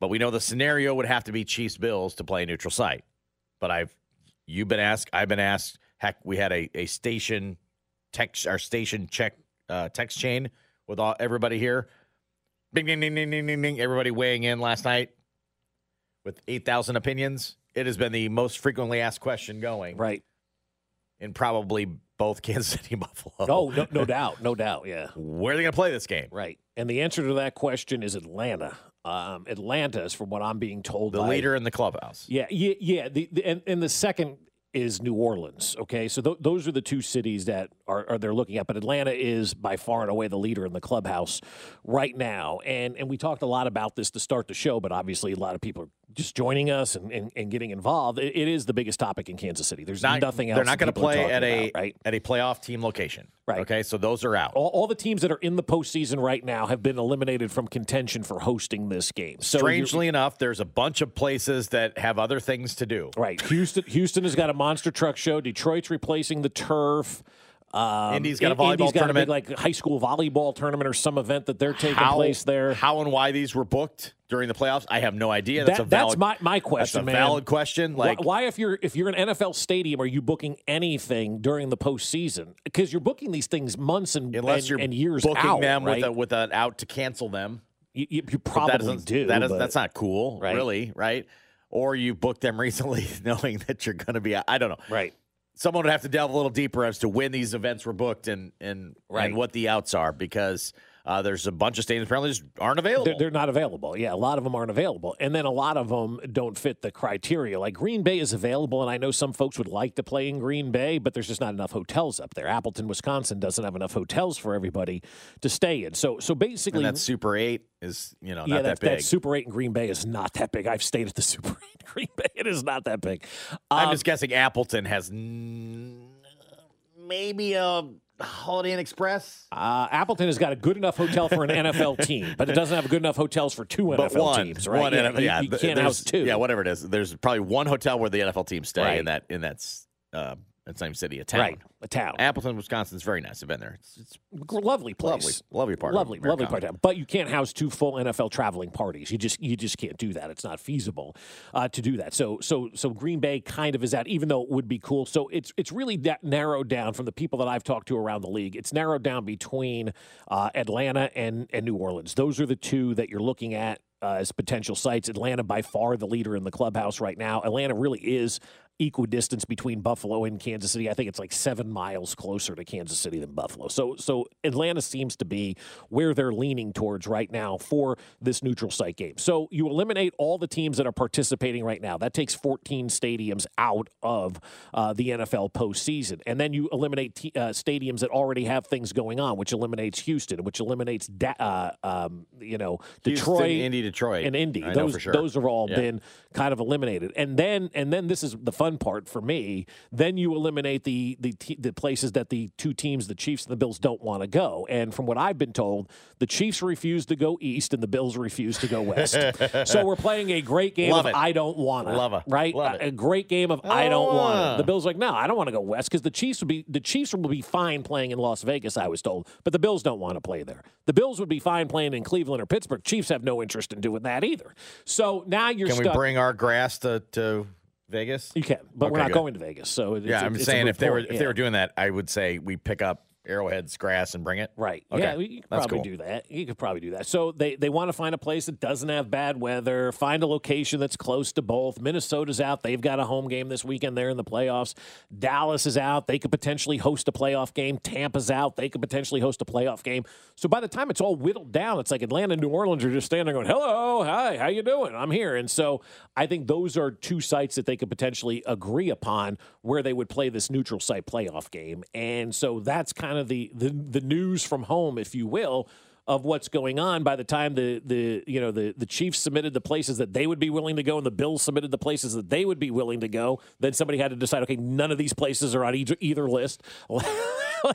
A: But we know the scenario would have to be Chiefs Bills to play a neutral site. But I've you've been asked, I've been asked. Heck, we had a, a station text our station check uh, text chain with all everybody here. Bing, ding, ding, ding, ding, ding, ding. Everybody weighing in last night with eight thousand opinions. It has been the most frequently asked question going
B: Right.
A: in probably both Kansas City and Buffalo.
B: Oh, no, no doubt. No doubt. Yeah.
A: where are they going to play this game?
B: Right. And the answer to that question is Atlanta. Um, Atlanta is, from what I'm being told,
A: The
B: by-
A: leader in the clubhouse.
B: Yeah, yeah, yeah. The, the and, and the second is New Orleans. Okay, so th- those are the two cities that are, are they're looking at. But Atlanta is by far and away the leader in the clubhouse right now. And and we talked a lot about this to start the show, but obviously a lot of people are just joining us and, and, and getting involved. It, it is the biggest topic in Kansas City. There's
A: Not-
B: nothing else.
A: They're not going to
B: that people are
A: play
B: talking
A: at a
B: about, right.
A: at a playoff team location.
B: Right. Oh,
A: Okay, so those are out.
B: All, all the teams that are in the postseason right now have been eliminated from contention for hosting this game. So you're-
A: Strangely enough, there's a bunch of places that have other things to do.
B: Right. Houston Houston has got a monster truck show. Detroit's replacing the turf. Um,
A: Indy's got a
B: In-
A: volleyball
B: Indy's got
A: tournament.
B: A big, like high school volleyball tournament or some event that they're taking
A: How-
B: place there.
A: How and why these were booked during the playoffs, I have no idea. That's
B: That-
A: a valid,
B: my, my
A: that's a
B: question, man.
A: valid question.
B: Why-
A: Like
B: why, if you're if you're an NFL stadium, are you booking anything during the postseason? Because you're booking these things months and
A: unless
B: and,
A: you're
B: and years
A: booking
B: out,
A: them
B: right?
A: with a, with an out to cancel them,
B: you, you- you
A: But
B: probably
A: that doesn't
B: do.
A: that is-
B: but-
A: that's not cool,
B: Right.
A: really, right? Or you booked them recently, knowing that you're going to be. out. I don't know.
B: right.
A: someone would have to delve a little deeper as to when these events were booked and and
B: Right.
A: and what the outs are because Uh, there's a bunch of stadiums apparently just aren't available.
B: They're, they're not available. Yeah, a lot of them aren't available, and then a lot of them don't fit the criteria. Like Green Bay is available, and I know some folks would like to play in Green Bay, but there's just not enough hotels up there. Appleton, Wisconsin doesn't have enough hotels for everybody to stay in. So, so basically,
A: and that Super Eight is you know not
B: yeah,
A: that,
B: that,
A: big.
B: Super Eight in Green Bay is not that big. I've stayed at the Super Eight in Green Bay. It is not that big.
A: I'm
B: Um,
A: just guessing Appleton has n- maybe a Holiday Inn Express.
B: Uh, Appleton has got a good enough hotel for an NFL team, but it doesn't have good enough hotels for two NFL
A: but one,
B: teams, right?
A: one
B: yeah,
A: NFL,
B: you,
A: yeah,
B: you
A: th-
B: can't
A: there's-
B: house two.
A: Yeah, whatever it is. There's probably one hotel where the NFL teams stay
B: Right.
A: in that in that s- uh, that same city, a town.
B: right, a town.
A: Appleton, Wisconsin is very nice. I've been there. It's, it's
B: lovely place.
A: lovely, lovely part. of
B: Lovely, lovely
A: Americana.
B: part time. But you can't house two full NFL traveling parties. You just you just can't do that. It's not feasible uh, to do that. So so so Green Bay kind of is out, even though it would be cool. So it's it's really that narrowed down from the people that I've talked to around the league. It's narrowed down between uh, Atlanta and and New Orleans. Those are the two that you're looking at. Uh, as potential sites, Atlanta by far the leader in the clubhouse right now. Atlanta really is equidistance between Buffalo and Kansas City. I think it's like seven miles closer to Kansas City than Buffalo. So so Atlanta seems to be where they're leaning towards right now for this neutral site game. So you eliminate all the teams that are participating right now. That takes 14 stadiums out of uh, the NFL postseason, and then you eliminate t- uh, stadiums that already have things going on, which eliminates Houston, which eliminates da- uh, um, you know
A: Houston,
B: Detroit,
A: Indy, Detroit,
B: and Indy.
A: I know
B: those
A: for sure.
B: those have all
A: Yeah.
B: been kind of eliminated. And then and then this is the fun part for me. Then you eliminate the the te- the places that the two teams, the Chiefs and the Bills, don't want to go. And from what I've been told, the Chiefs refuse to go east and the Bills refuse to go west. so we're playing a great game
A: Love
B: of
A: it.
B: I don't want to.
A: Love it.
B: Right?
A: Love
B: a,
A: it.
B: a great game of I don't want
A: Ah.
B: to. The Bills are like, no, I don't want to go west because the Chiefs would be the Chiefs will be fine playing in Las Vegas. I was told, but the Bills don't want to play there. The Bills would be fine playing in Cleveland or Pittsburgh. Chiefs have no interest in doing that either. So now you're
A: Can we
B: stuck.
A: bring our grass to, to Vegas?
B: you can, but we're
A: Okay,
B: not
A: good.
B: going to Vegas. So it's,
A: yeah,
B: it's-
A: I'm
B: it's a
A: saying
B: moot
A: if they were
B: point.
A: if they
B: Yeah.
A: were doing that, I would say we pick up Arrowhead's grass and bring it.
B: Right.
A: Okay.
B: Yeah, you could
A: That's
B: probably
A: cool.
B: do that. You could probably do that. So they, they want to find a place that doesn't have bad weather, find a location that's close to both. Minnesota's out. They've got a home game this weekend. They're in the playoffs. Dallas is out. They could potentially host a playoff game. Tampa's out. They could potentially host a playoff game. So by the time it's all whittled down, it's like Atlanta and New Orleans are just standing there going, hello, hi, how you doing? I'm here. And so I think those are two sites that they could potentially agree upon where they would play this neutral site playoff game. And so that's kind of the the, the news from home, if you will, of what's going on by the time the the you know the the Chiefs submitted the places that they would be willing to go and the Bills submitted the places that they would be willing to go. Then somebody had to decide, okay, none of these places are on either, either list.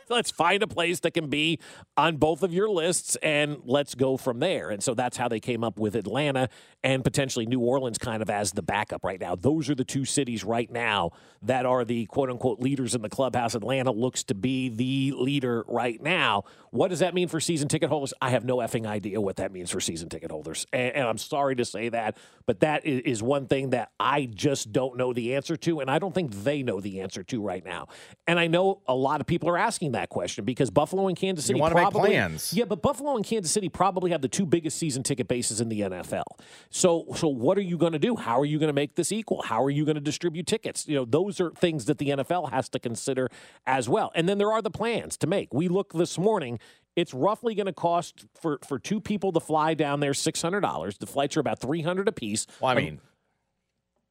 B: let's find a place that can be on both of your lists and let's go from there. And so that's how they came up with Atlanta and potentially New Orleans kind of as the backup right now. Those are the two cities right now that are the quote unquote leaders in the clubhouse. Atlanta looks to be the leader right now. What does that mean for season ticket holders? I have no effing idea what that means for season ticket holders. And, and I'm sorry to say that, but that i- is one thing that I just don't know the answer to. And I don't think they know the answer to right now. And I know a lot of people are asking that question because Buffalo and Kansas City
A: wanna make
B: probably
A: plans.
B: yeah, but Buffalo and Kansas City probably have the two biggest season ticket bases in the NFL. So, so what are you going to do? How are you going to make this equal? How are you going to distribute tickets? You know, those are things that the NFL has to consider as well. And then there are the plans to make. We look this morning. It's roughly going to cost for for two people to fly down there six hundred dollars. The flights are about three hundred apiece.
A: Well, I mean,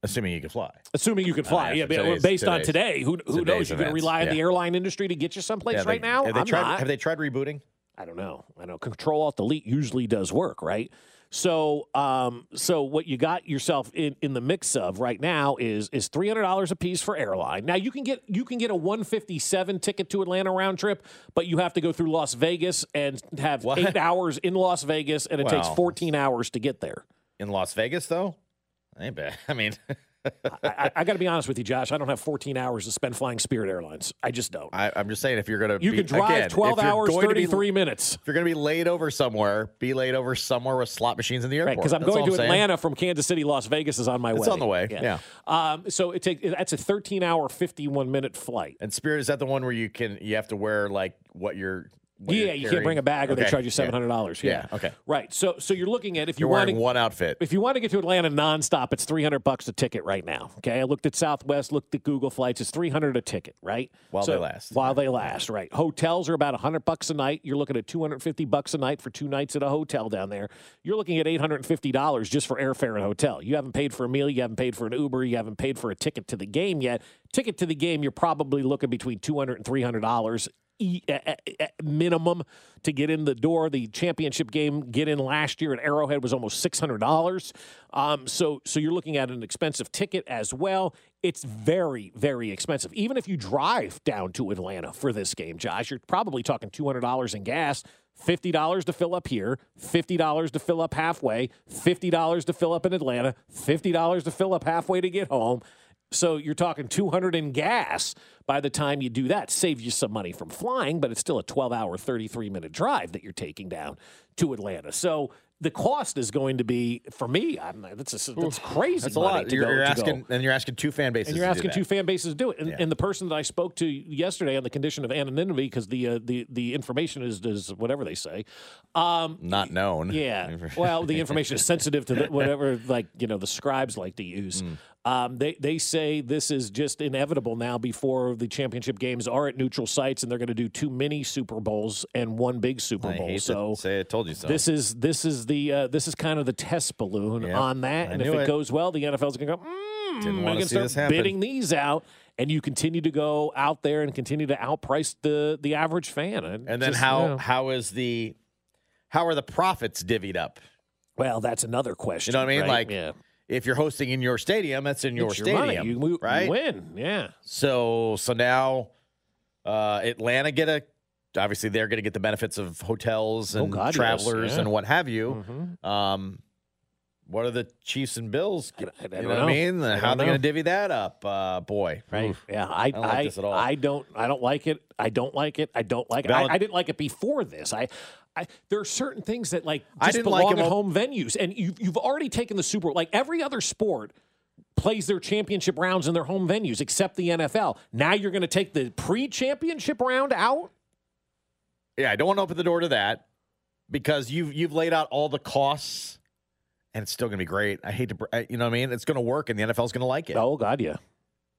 A: assuming you can fly.
B: Assuming you could fly,
A: Uh,
B: yeah.
A: for
B: but
A: today's-
B: based on
A: today's-
B: today, who, who knows?
A: today's
B: You're going to
A: events,
B: rely on the
A: yeah.
B: airline industry to get you someplace
A: Yeah, they-
B: right now.
A: Have they
B: I'm
A: tried?
B: not.
A: Have they tried rebooting?
B: I don't know. I know control alt delete usually does work, right? So, um, so what you got yourself in, in the mix of right now is is three hundred dollars a piece for airline. Now you can get you can get a one fifty seven ticket to Atlanta round trip, but you have to go through Las Vegas and have
A: What?
B: eight hours in Las Vegas, and it takes
A: Well.
B: fourteen hours to get there.
A: in Las Vegas though? Ain't bad. I mean,
B: I, I got to be honest with you, Josh. I don't have fourteen hours to spend flying Spirit Airlines. I just don't.
A: I, I'm just saying if you're gonna
B: you
A: be,
B: can drive
A: again, if
B: twelve
A: you're
B: hours
A: going to
B: thirty
A: be-
B: three minutes.
A: if you're gonna be laid over somewhere, be laid over somewhere with slot machines in the airport.
B: Right, because I'm
A: That's
B: going
A: all
B: to
A: saying.
B: Atlanta from Kansas City. Las Vegas is on my way.
A: on the way,
B: Um, so it takes that's a 13 hour, 51 minute flight.
A: And Spirit is that the one where you can you have to wear like what your what
B: yeah,
A: you're
B: you can't
A: carrying.
B: bring a bag or they
A: Okay,
B: charge you
A: yeah.
B: seven hundred dollars.
A: Yeah, okay.
B: Right. So so you're looking at if
A: You're
B: you want
A: wearing
B: to
A: one outfit.
B: if you want to get to Atlanta nonstop, it's three hundred bucks a ticket right now. Okay, I looked at Southwest, looked at Google Flights. It's three hundred a ticket, right?
A: While they last.
B: While they last, right? Hotels are about hundred bucks a night. You're looking at two hundred fifty bucks a night for two nights at a hotel down there. You're looking at eight hundred and fifty dollars just for airfare and hotel. You haven't paid for a meal. You haven't paid for an Uber. You haven't paid for a ticket to the game yet. Ticket to the game, you're probably looking between two hundred and three hundred dollars e- a- a- a- minimum to get in the door. The championship game get in last year at Arrowhead was almost six hundred dollars. Um, so so you're looking at an expensive ticket as well. It's very very expensive. Even if you drive down to Atlanta for this game, Josh, you're probably talking two hundred dollars in gas. Fifty dollars to fill up here, fifty dollars to fill up halfway, fifty dollars to fill up in Atlanta, fifty dollars to fill up halfway to get home. So you're talking 200 in gas by the time you do that. Save you some money from flying, but it's still a 12 hour, 33 minute drive that you're taking down to Atlanta. So the cost is going to be for me. I'm that's a, that's crazy.
A: That's a
B: money
A: lot.
B: to
A: You're,
B: go-
A: you're
B: to go.
A: asking, and you're asking two fan bases.
B: And you're
A: to do
B: asking
A: that.
B: two fan bases to do it. And,
A: Yeah.
B: and the person that I spoke to yesterday on the condition of anonymity, because the uh, the the information is, is whatever they say. Um,
A: not known.
B: yeah. Well, the information is sensitive to the, whatever, like you know, the scribes like to use.
A: Mm.
B: Um, they they say this is just inevitable now. Before the championship games are at neutral sites, and they're going to do two mini Super Bowls and one big Super
A: I
B: Bowl.
A: hate
B: so
A: to say I told you so.
B: this is this is the uh, this is kind of the test balloon
A: Yep,
B: on that.
A: I
B: and if
A: knew
B: it,
A: it.
B: goes well, the NFL's going to go. Mm,
A: Didn't
B: we
A: wanna
B: can
A: see
B: start
A: this happen."
B: Bidding these out. And you continue to go out there and continue to outprice the the average fan.
A: and then how how is the how are the profits divvied up?
B: Well, that's another question.
A: You know what I mean?
B: right?
A: Like
B: yeah.
A: if you're hosting in your stadium, that's in your
B: It's
A: stadium,
B: money. You, mo- you
A: right?
B: win. Yeah.
A: So so now uh, Atlanta get a obviously they're going to get the benefits of hotels
B: Oh,
A: and
B: God, yes,
A: travelers
B: yeah. Mm-hmm.
A: and what have you. Um, what are the Chiefs and Bills?
B: I- I
A: you
B: don't
A: know, what I
B: know.
A: mean? How
B: I
A: are
B: don't
A: they going
B: know.
A: to divvy that up? Uh, boy,
B: Right. Yeah. I I
A: don't like this at all.
B: I don't I don't like it. I don't like it. I don't like it. I,
A: Valid-
B: I didn't like it before this. I I, there are certain things that like
A: I
B: just
A: didn't like
B: belong
A: it
B: at
A: all-
B: home venues, and you, you've already taken the Super. Bowl. Like every other sport, plays their championship rounds in their home venues, except the NFL. Now you're going to take the pre-championship round out.
A: yeah, I don't want to open the door to that because you've you've laid out all the costs, and it's still going to be great. I hate to, br- I- you know what I mean? It's going to work, and the NFL's going to like it.
B: Oh God, yeah.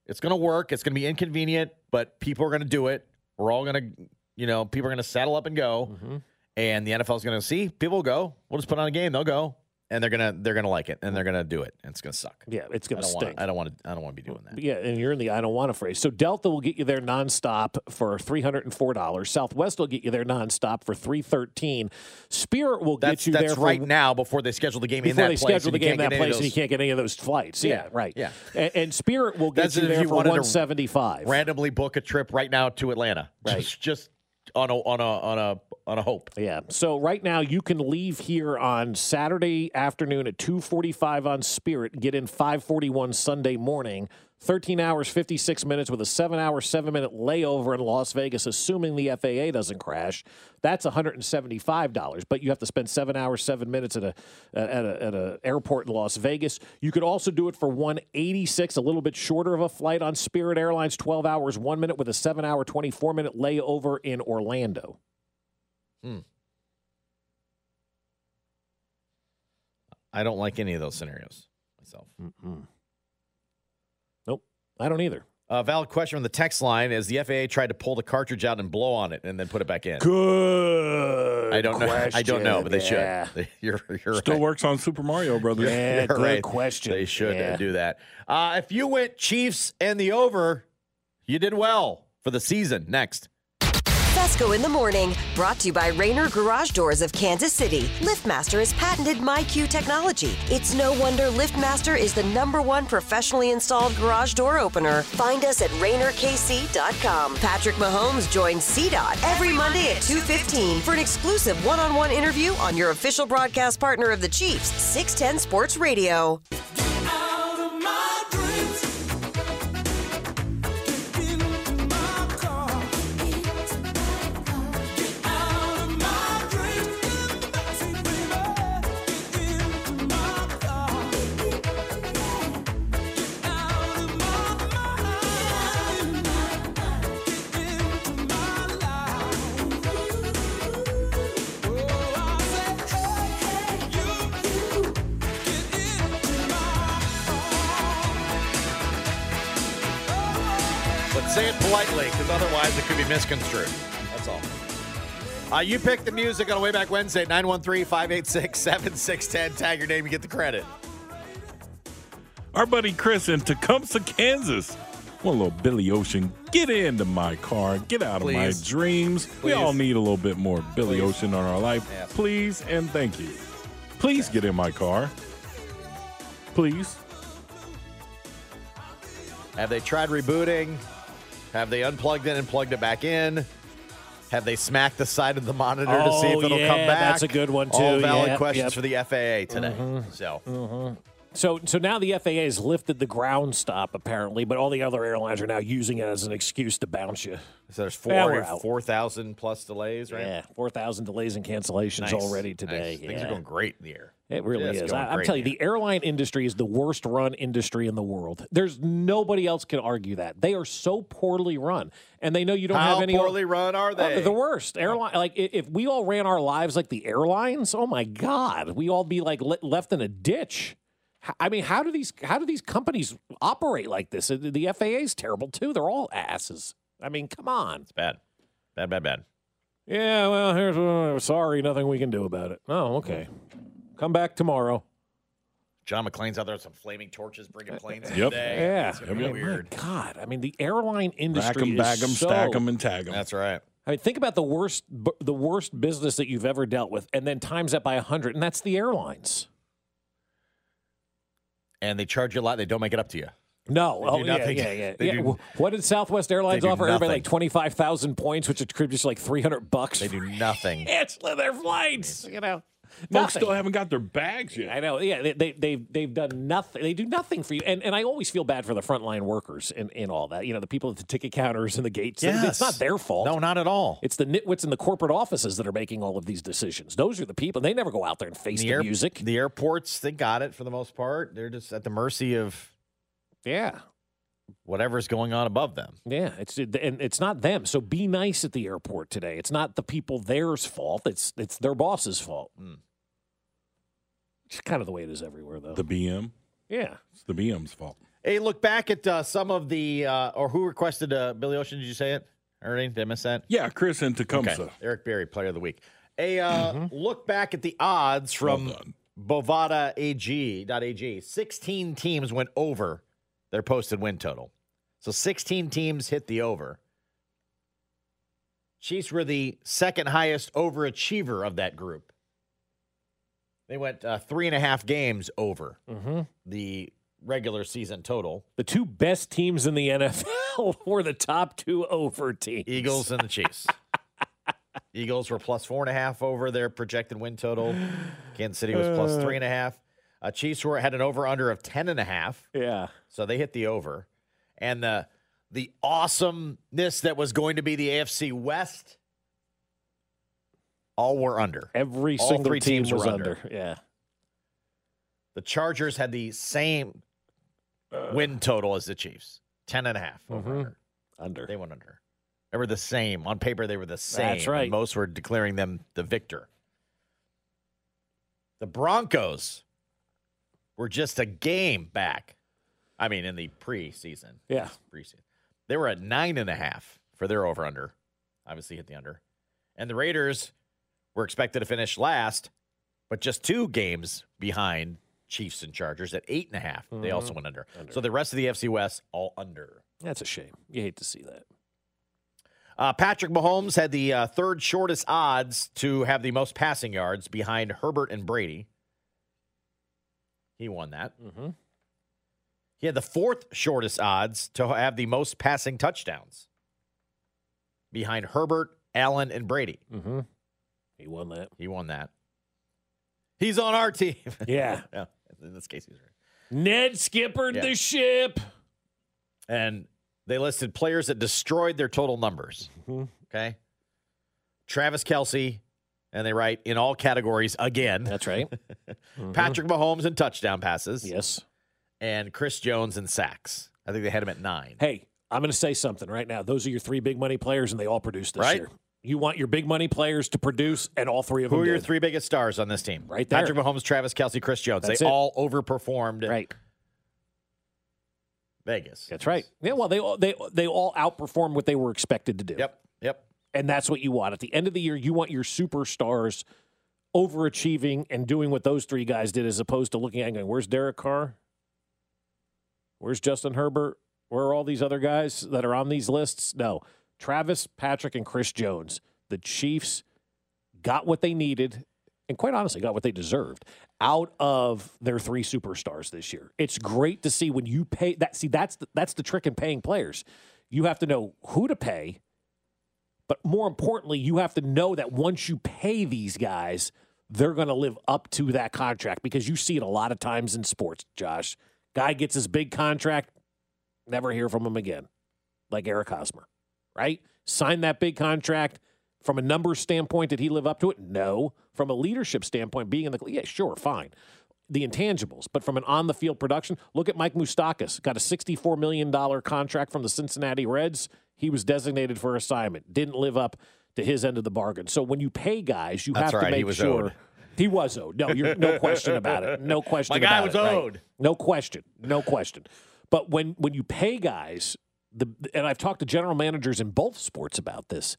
A: It's going to work. It's going to be inconvenient, but people are going to do it. We're all going to, you know, people are going to saddle up and go,
B: Mm-hmm.
A: and the NFL's going to see people will go. We'll just put on a game. They'll go, and they're gonna they're gonna like it, and they're gonna do it, and it's gonna suck.
B: Yeah, it's
A: I
B: going to
A: don't want.
B: stink.
A: I don't want to. I don't want to be doing that.
B: Yeah, and you're in the I don't want to phrase. So Delta will get you there nonstop for three hundred and four dollars. Southwest will get you there nonstop for three thirteen. Spirit will
A: That's
B: get you
A: that's
B: there for-
A: right now before they schedule the game in
B: before
A: that
B: they
A: place.
B: schedule
A: and
B: the
A: you
B: game in
A: can't
B: that
A: get any
B: place,
A: of
B: and you
A: those
B: can't get any of those flights. Yeah,
A: Yeah,
B: right.
A: yeah.
B: and, and Spirit will get
A: That's
B: you
A: if
B: there
A: you
B: for
A: wanted to
B: one seventy five.
A: randomly book a trip right now to Atlanta.
B: Right.
A: Just just on a on a on a on a hope.
B: Yeah. So right now you can leave here on Saturday afternoon at 2:45 on Spirit, get in 5:41 Sunday morning. 13 hours 56 minutes with a 7-hour 7-minute layover in Las Vegas assuming the FAA doesn't crash. That's $175, but you have to spend 7 hours 7 minutes at a at a at a airport in Las Vegas. You could also do it for 186, a little bit shorter of a flight on Spirit Airlines, 12 hours 1 minute with a 7-hour 24-minute layover in Orlando.
A: I don't like any of those scenarios myself.
B: Mm. Nope, I don't either.
A: A valid question on the text line is the FAA tried to pull the cartridge out and blow on it and then put it back in.
B: Good.
A: I don't know. I don't know, but they
B: yeah.
A: should. They- You're, you're
C: Still
A: right.
C: works on Super Mario Brothers.
B: Yeah,
A: You're
B: good
A: right.
B: question.
A: They should
B: Yeah.
A: do that. Uh, if you went Chiefs and the over, you did well for the season. Next.
D: Fesco in the morning, brought to you by Rainer Garage Doors of Kansas City. LiftMaster has patented MyQ technology. It's no wonder LiftMaster is the number one professionally installed garage door opener. Find us at RainerKC.com. Patrick Mahomes joins CDOT every Monday at 2:15 for an exclusive one-on-one interview on your official broadcast partner of the Chiefs, 610 Sports Radio.
G: Get out of my life.
A: Say it politely, because otherwise it could be misconstrued. That's all. Uh, you pick the music on way back Wednesday, 913 586 7610. Tag your name, you get the credit.
C: Our buddy Chris in Tecumseh, Kansas. One little Billy Ocean. Get into my car. Get out of my
A: Please.
C: dreams. We
A: Please.
C: all need a little bit more Billy
A: Please.
C: Ocean on our life.
A: Yeah.
C: Please and thank you. Please get in my car. Please.
A: Have they tried rebooting? Have they unplugged it and plugged it back in? Have they smacked the side of the monitor to see
B: Oh,
A: if it'll
B: yeah,
A: come back?
B: that's a good one,
A: All
B: too.
A: valid
B: Yep,
A: questions
B: yep. Mm-hmm.
A: for the FAA today. So
B: So, so now the FAA has lifted the ground stop apparently, but all the other airlines are now using it as an excuse to bounce you.
A: So there's
B: Yeah,
A: four
B: we're out.
A: four thousand plus delays, right?
B: Yeah, four thousand delays and cancellations
A: Nice,
B: already
A: nice.
B: today.
A: Things
B: Yeah.
A: are going great in the air.
B: It really
A: Yeah, it's
B: is.
A: going
B: I, am
A: great
B: telling you,
A: here.
B: the airline industry is the worst run industry in the world. There's nobody else can argue that. They are so poorly run, and they know you don't
A: How
B: have any.
A: poorly run are
B: Oh,
A: they?
B: they're the worst airline. Like i- if we all ran our lives like the airlines, oh my god, we all be like le- left in a ditch. H- I mean, how do these how do these companies operate like this? Uh, The the FAA is terrible too. They're all asses. I mean, come on.
A: bad, bad, bad, bad.
B: Yeah, well, here's uh, sorry, nothing we can do about it. Oh, okay. Come back tomorrow.
A: John McClane's out there with some flaming torches, bringing planes. in
C: Yep.
A: today.
B: Uh, Yeah.
A: It's gonna be
C: Yep, yep.
A: weird.
B: My God, I mean, the airline
C: Rack
B: industry
C: them,
B: is
C: bag them,
B: so,
C: stack them, and tag them.
A: That's right.
B: I mean, think about the worst, bu- the worst business that you've ever dealt with, and then times that by hundred, and that's the airlines.
A: And they charge you a lot. They don't make it up to you.
B: No, oh,
A: do
B: yeah,
A: nothing.
B: yeah, yeah.
A: They
B: yeah.
A: do-
B: Wh- what did Southwest Airlines
A: they do
B: offer everybody?
A: nothing.
B: Like twenty five thousand points, which attributes like three hundred bucks.
A: They do nothing.
B: cancel their flights. You know,
C: Folks still
B: Nothing.
C: haven't got their bags yet.
B: I know. Yeah, they, they they've they've done nothing. They do nothing for you. And and I always feel bad for the frontline workers and in, all that. You know, the people at the ticket counters and the gates. It's- It's not their fault.
A: No, not at all.
B: It's the nitwits in the corporate offices that are making all of these decisions. Those are the people. They never go out there and face the,
A: air-
B: music.
A: the airports, they got it for the most part. They're just at the mercy of
B: yeah,
A: whatever's going on above them.
B: yeah. It's and it's not them. So be nice at the airport today. It's not the people there's fault. It's it's their boss's fault.
A: Hmm.
B: It's kind of the way it is everywhere, though.
C: The BM.
B: yeah.
C: It's the BM's fault.
A: Hey, look back at uh, some of the uh, or who requested uh, Billy Ocean. Did you say it? Ernie, did I miss that?
C: Yeah, Chris in Tecumseh.
A: Eric Berry, Player of the Week. A uh, look back at the odds from
C: Mm-hmm. Well done.
A: Bovada AG.ag. 16 teams went over their posted win total. So 16 teams hit the over. Chiefs were the second highest overachiever of that group. They went uh, three and a half games over
B: Mm-hmm.
A: the regular season total.
B: The two best teams in the NFL were the top two over teams.
A: Eagles and the Chiefs. Eagles were plus four and a half over their projected win total. Kansas City was plus three and a half. Uh, Chiefs were had an over under of ten and a half,
B: Yeah.
A: so they hit the over. And the the awesomeness that was going to be the AFC West, all were under.
B: Every
A: All
B: single
A: three
B: team
A: teams
B: was
A: were under.
B: under. Yeah.
A: The Chargers had the same win total as the Chiefs, ten and a half over.
B: Mhm.
A: under.
B: Under.
A: They went under. They were the same on paper. They were the same. and
B: right.
A: most were declaring them the victor. The Broncos were just a game back. I mean, in the preseason,
B: yeah.
A: preseason, they were at nine and a half for their over under. Obviously, hit the under, and the Raiders were expected to finish last, but just two games behind Chiefs and Chargers at eight and a half. They also went under. So the rest of the FC West all under.
B: That's a shame. You hate to see that.
A: Uh, Patrick Mahomes had the uh, third shortest odds to have the most passing yards behind Herbert and Brady. He won that.
B: Mhm.
A: He had the fourth shortest odds to have the most passing touchdowns behind Herbert, Allen, and Brady.
B: Mm-hmm. He won that.
A: He won that. He's on our team.
B: Yeah.
A: yeah, in this case, he's right.
B: Ned skippered
A: Yeah.
B: the ship.
A: and they listed players that destroyed their total numbers.
B: Mhm.
A: Okay. Travis Kelsey, and they write in all categories again
B: That's right. Mm-hmm.
A: Patrick Mahomes in touchdown passes
B: yes.
A: and Chris Jones in sacks. I think they had him at nine.
B: Hey, I'm going to say something right now. Those are your three big money players, and they all produced this
A: Right?
B: year. You want your big money players to produce, and all three of
A: Who
B: them
A: are your
B: did.
A: three biggest stars on this team?
B: Right there.
A: Patrick Mahomes, Travis Kelsey, Chris Jones.
B: That's
A: they
B: it.
A: all overperformed.
B: Right.
A: Vegas.
B: That's right. Yeah, well, they all they they all outperformed what they were expected to do.
A: Yep. Yep.
B: And that's what you want. At the end of the year, you want your superstars overachieving and doing what those three guys did as opposed to looking at it and going, Where's Derek Carr? Where's Justin Herbert? Where are all these other guys that are on these lists? No. Travis, Patrick, and Chris Jones. The Chiefs got what they needed and quite honestly got what they deserved out of their three superstars this year. It's great to see when you pay that see that's the, that's the trick in paying players. You have to know who to pay, but more importantly, you have to know that once you pay these guys, they're going to live up to that contract because you see it a lot of times in sports, Josh. Guy gets his big contract, never hear from him again. Like Eric Hosmer, right? Signed that big contract. From a numbers standpoint, did he live up to it? No. From a leadership standpoint, being in the yeah, sure, fine. The intangibles, but from an on the field production, look at Mike Moustakis. Got a $64 million contract from the Cincinnati Reds. He was designated for assignment, didn't live up to his end of the bargain. So when you pay guys, you
A: That's
B: have to
A: right,
B: make
A: he was
B: sure.
A: owed.
B: He was owed. No, you're, no question about it. No question.
A: My guy
B: about
A: was
B: it, right?
A: owed.
B: No question. No question. But when when you pay guys, the and I've talked to general managers in both sports about this.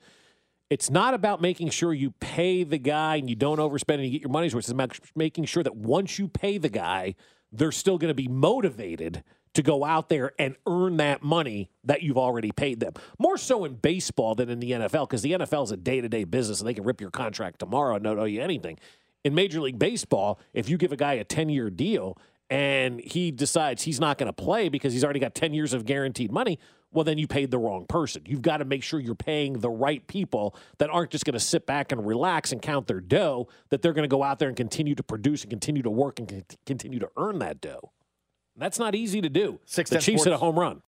B: It's not about making sure you pay the guy and you don't overspend and you get your money's worth. It's about making sure that once you pay the guy, they're still going to be motivated to go out there and earn that money that you've already paid them. More so in baseball than in the NFL because the NFL is a day to day business and they can rip your contract tomorrow and not owe you anything. In Major League Baseball, if you give a guy a 10 year deal and he decides he's not going to play because he's already got 10 years of guaranteed money, well, then you paid the wrong person. You've got to make sure you're paying the right people that aren't just going to sit back and relax and count their dough, that they're going to go out there and continue to produce and continue to work and con- continue to earn that dough. And That's not easy to do.
A: 610
B: the Chiefs hit a
A: Sports.
B: home run.